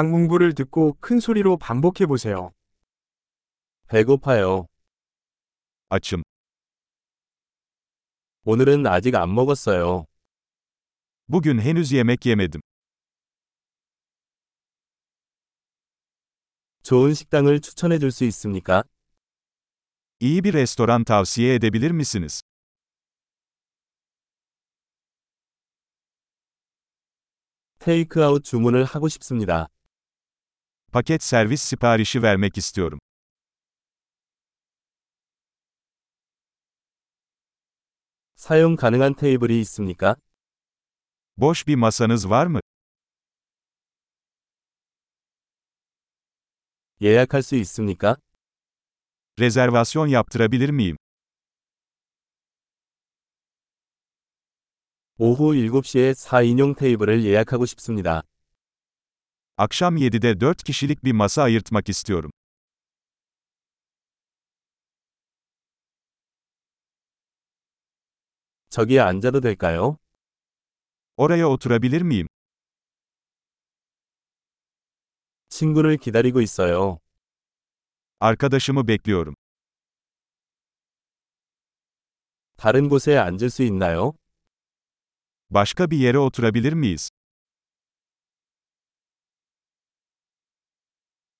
강문부를 듣고 큰 소리로 반복해 보세요. 배고파요. 아침, 오늘은 아직 안 먹었어요. bugün henüz yemek yemedim. 좋은 식당을 추천해 줄 수 있습니까? İyi bir restoran tavsiye edebilir misiniz? 테이크아웃 주문을 하고 싶습니다. Paket servis siparişi vermek istiyorum. 사용 가능한 테이블이 있습니까? Boş bir masanız var mı? 예약할 수 있습니까? Rezervasyon yaptırabilir miyim? 오후 7시에 4인용 테이블을 예약하고 싶습니다. Akşam 7'de 4 kişilik bir masa ayırtmak istiyorum. 저기 앉아도 될까요? Oraya oturabilir miyim? 친구를 기다리고 있어요. Arkadaşımı bekliyorum. 다른 곳에 앉을 수 있나요? Başka bir yere oturabilir miyiz?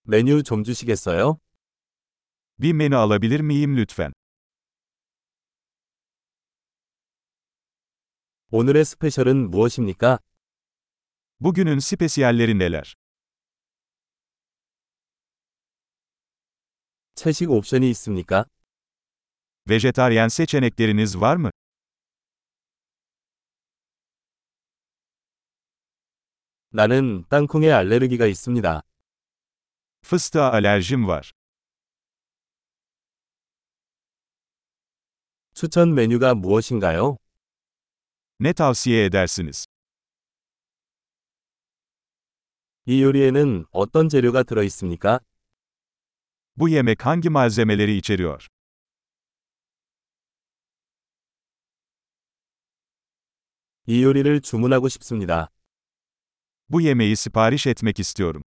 메뉴 좀 주시겠어요? Bir menü alabilir miyim lütfen? 오늘의 스페셜은 무엇입니까? Bugünün spesiyalleri neler? 채식 옵션이 있습니까? Vejetaryen seçenekleriniz var mı? 나는 땅콩에 알레르기가 있습니다. Fıstığa alerjim var. 추천 메뉴가 무엇인가요? Ne tavsiye edersiniz? 이 요리에는 어떤 재료가 들어 있습니까? Bu yemek hangi malzemeleri içeriyor? 이 요리를 주문하고 싶습니다. Bu yemeği sipariş etmek istiyorum.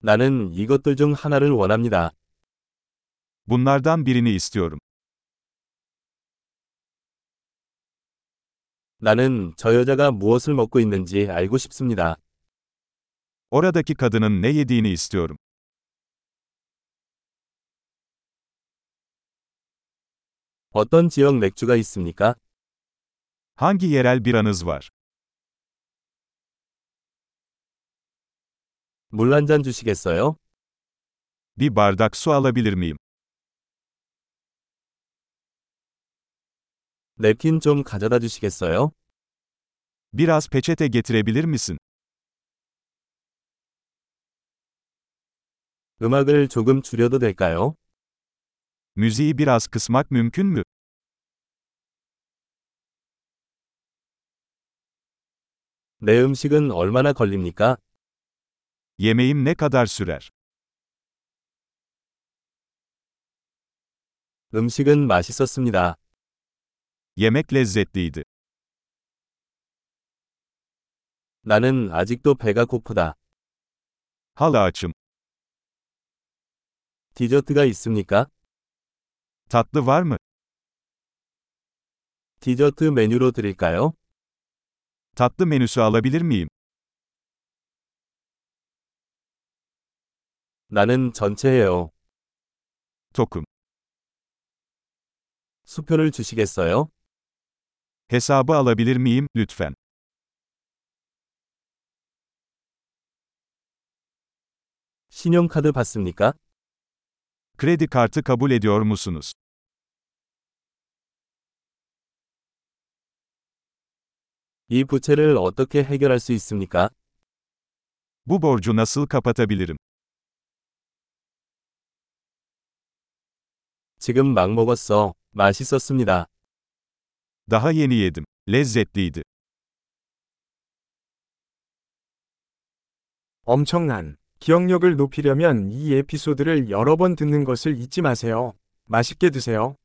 나는 이것들 중 하나를 원합니다. Bunlardan birini istiyorum. 나는 저 여자가 무엇을 먹고 있는지 알고 싶습니다. Oradaki kadının ne yediğini istiyorum. 어떤 지역 맥주가 있습니까? Hangi yerel biranız var? 물 한 잔 주시겠어요? Bir bardak su alabilir miyim? 냅킨 좀 가져다 주시겠어요? Biraz peçete getirebilir misin? 음악을 조금 줄여도 될까요? Müziği biraz kısmak mümkün mü? 내 음식은 얼마나 걸립니까? Yemeğim ne kadar sürer? 음식은 맛있었습니다. Yemek lezzetliydi. 나는 아직도 배가 고프다. Hala açım. 디저트가 있습니까? Tatlı var mı? 디저트 메뉴로 드릴까요? Tatlı menüsü alabilir miyim? 나는 전체예요. Tokum. 수표를 주시겠어요? Hesabı alabilir miyim, lütfen? 신용카드 받습니까? Kredi kartı kabul ediyor musunuz? 이 부채를 어떻게 해결할 수 있습니까? Bu borcu nasıl kapatabilirim? 지금 막 먹었어. 맛있었습니다. Daha yeni yedim. Lezzetliydi. 엄청난 기억력을 높이려면 이 에피소드를 여러 번 듣는 것을 잊지 마세요. 맛있게 드세요.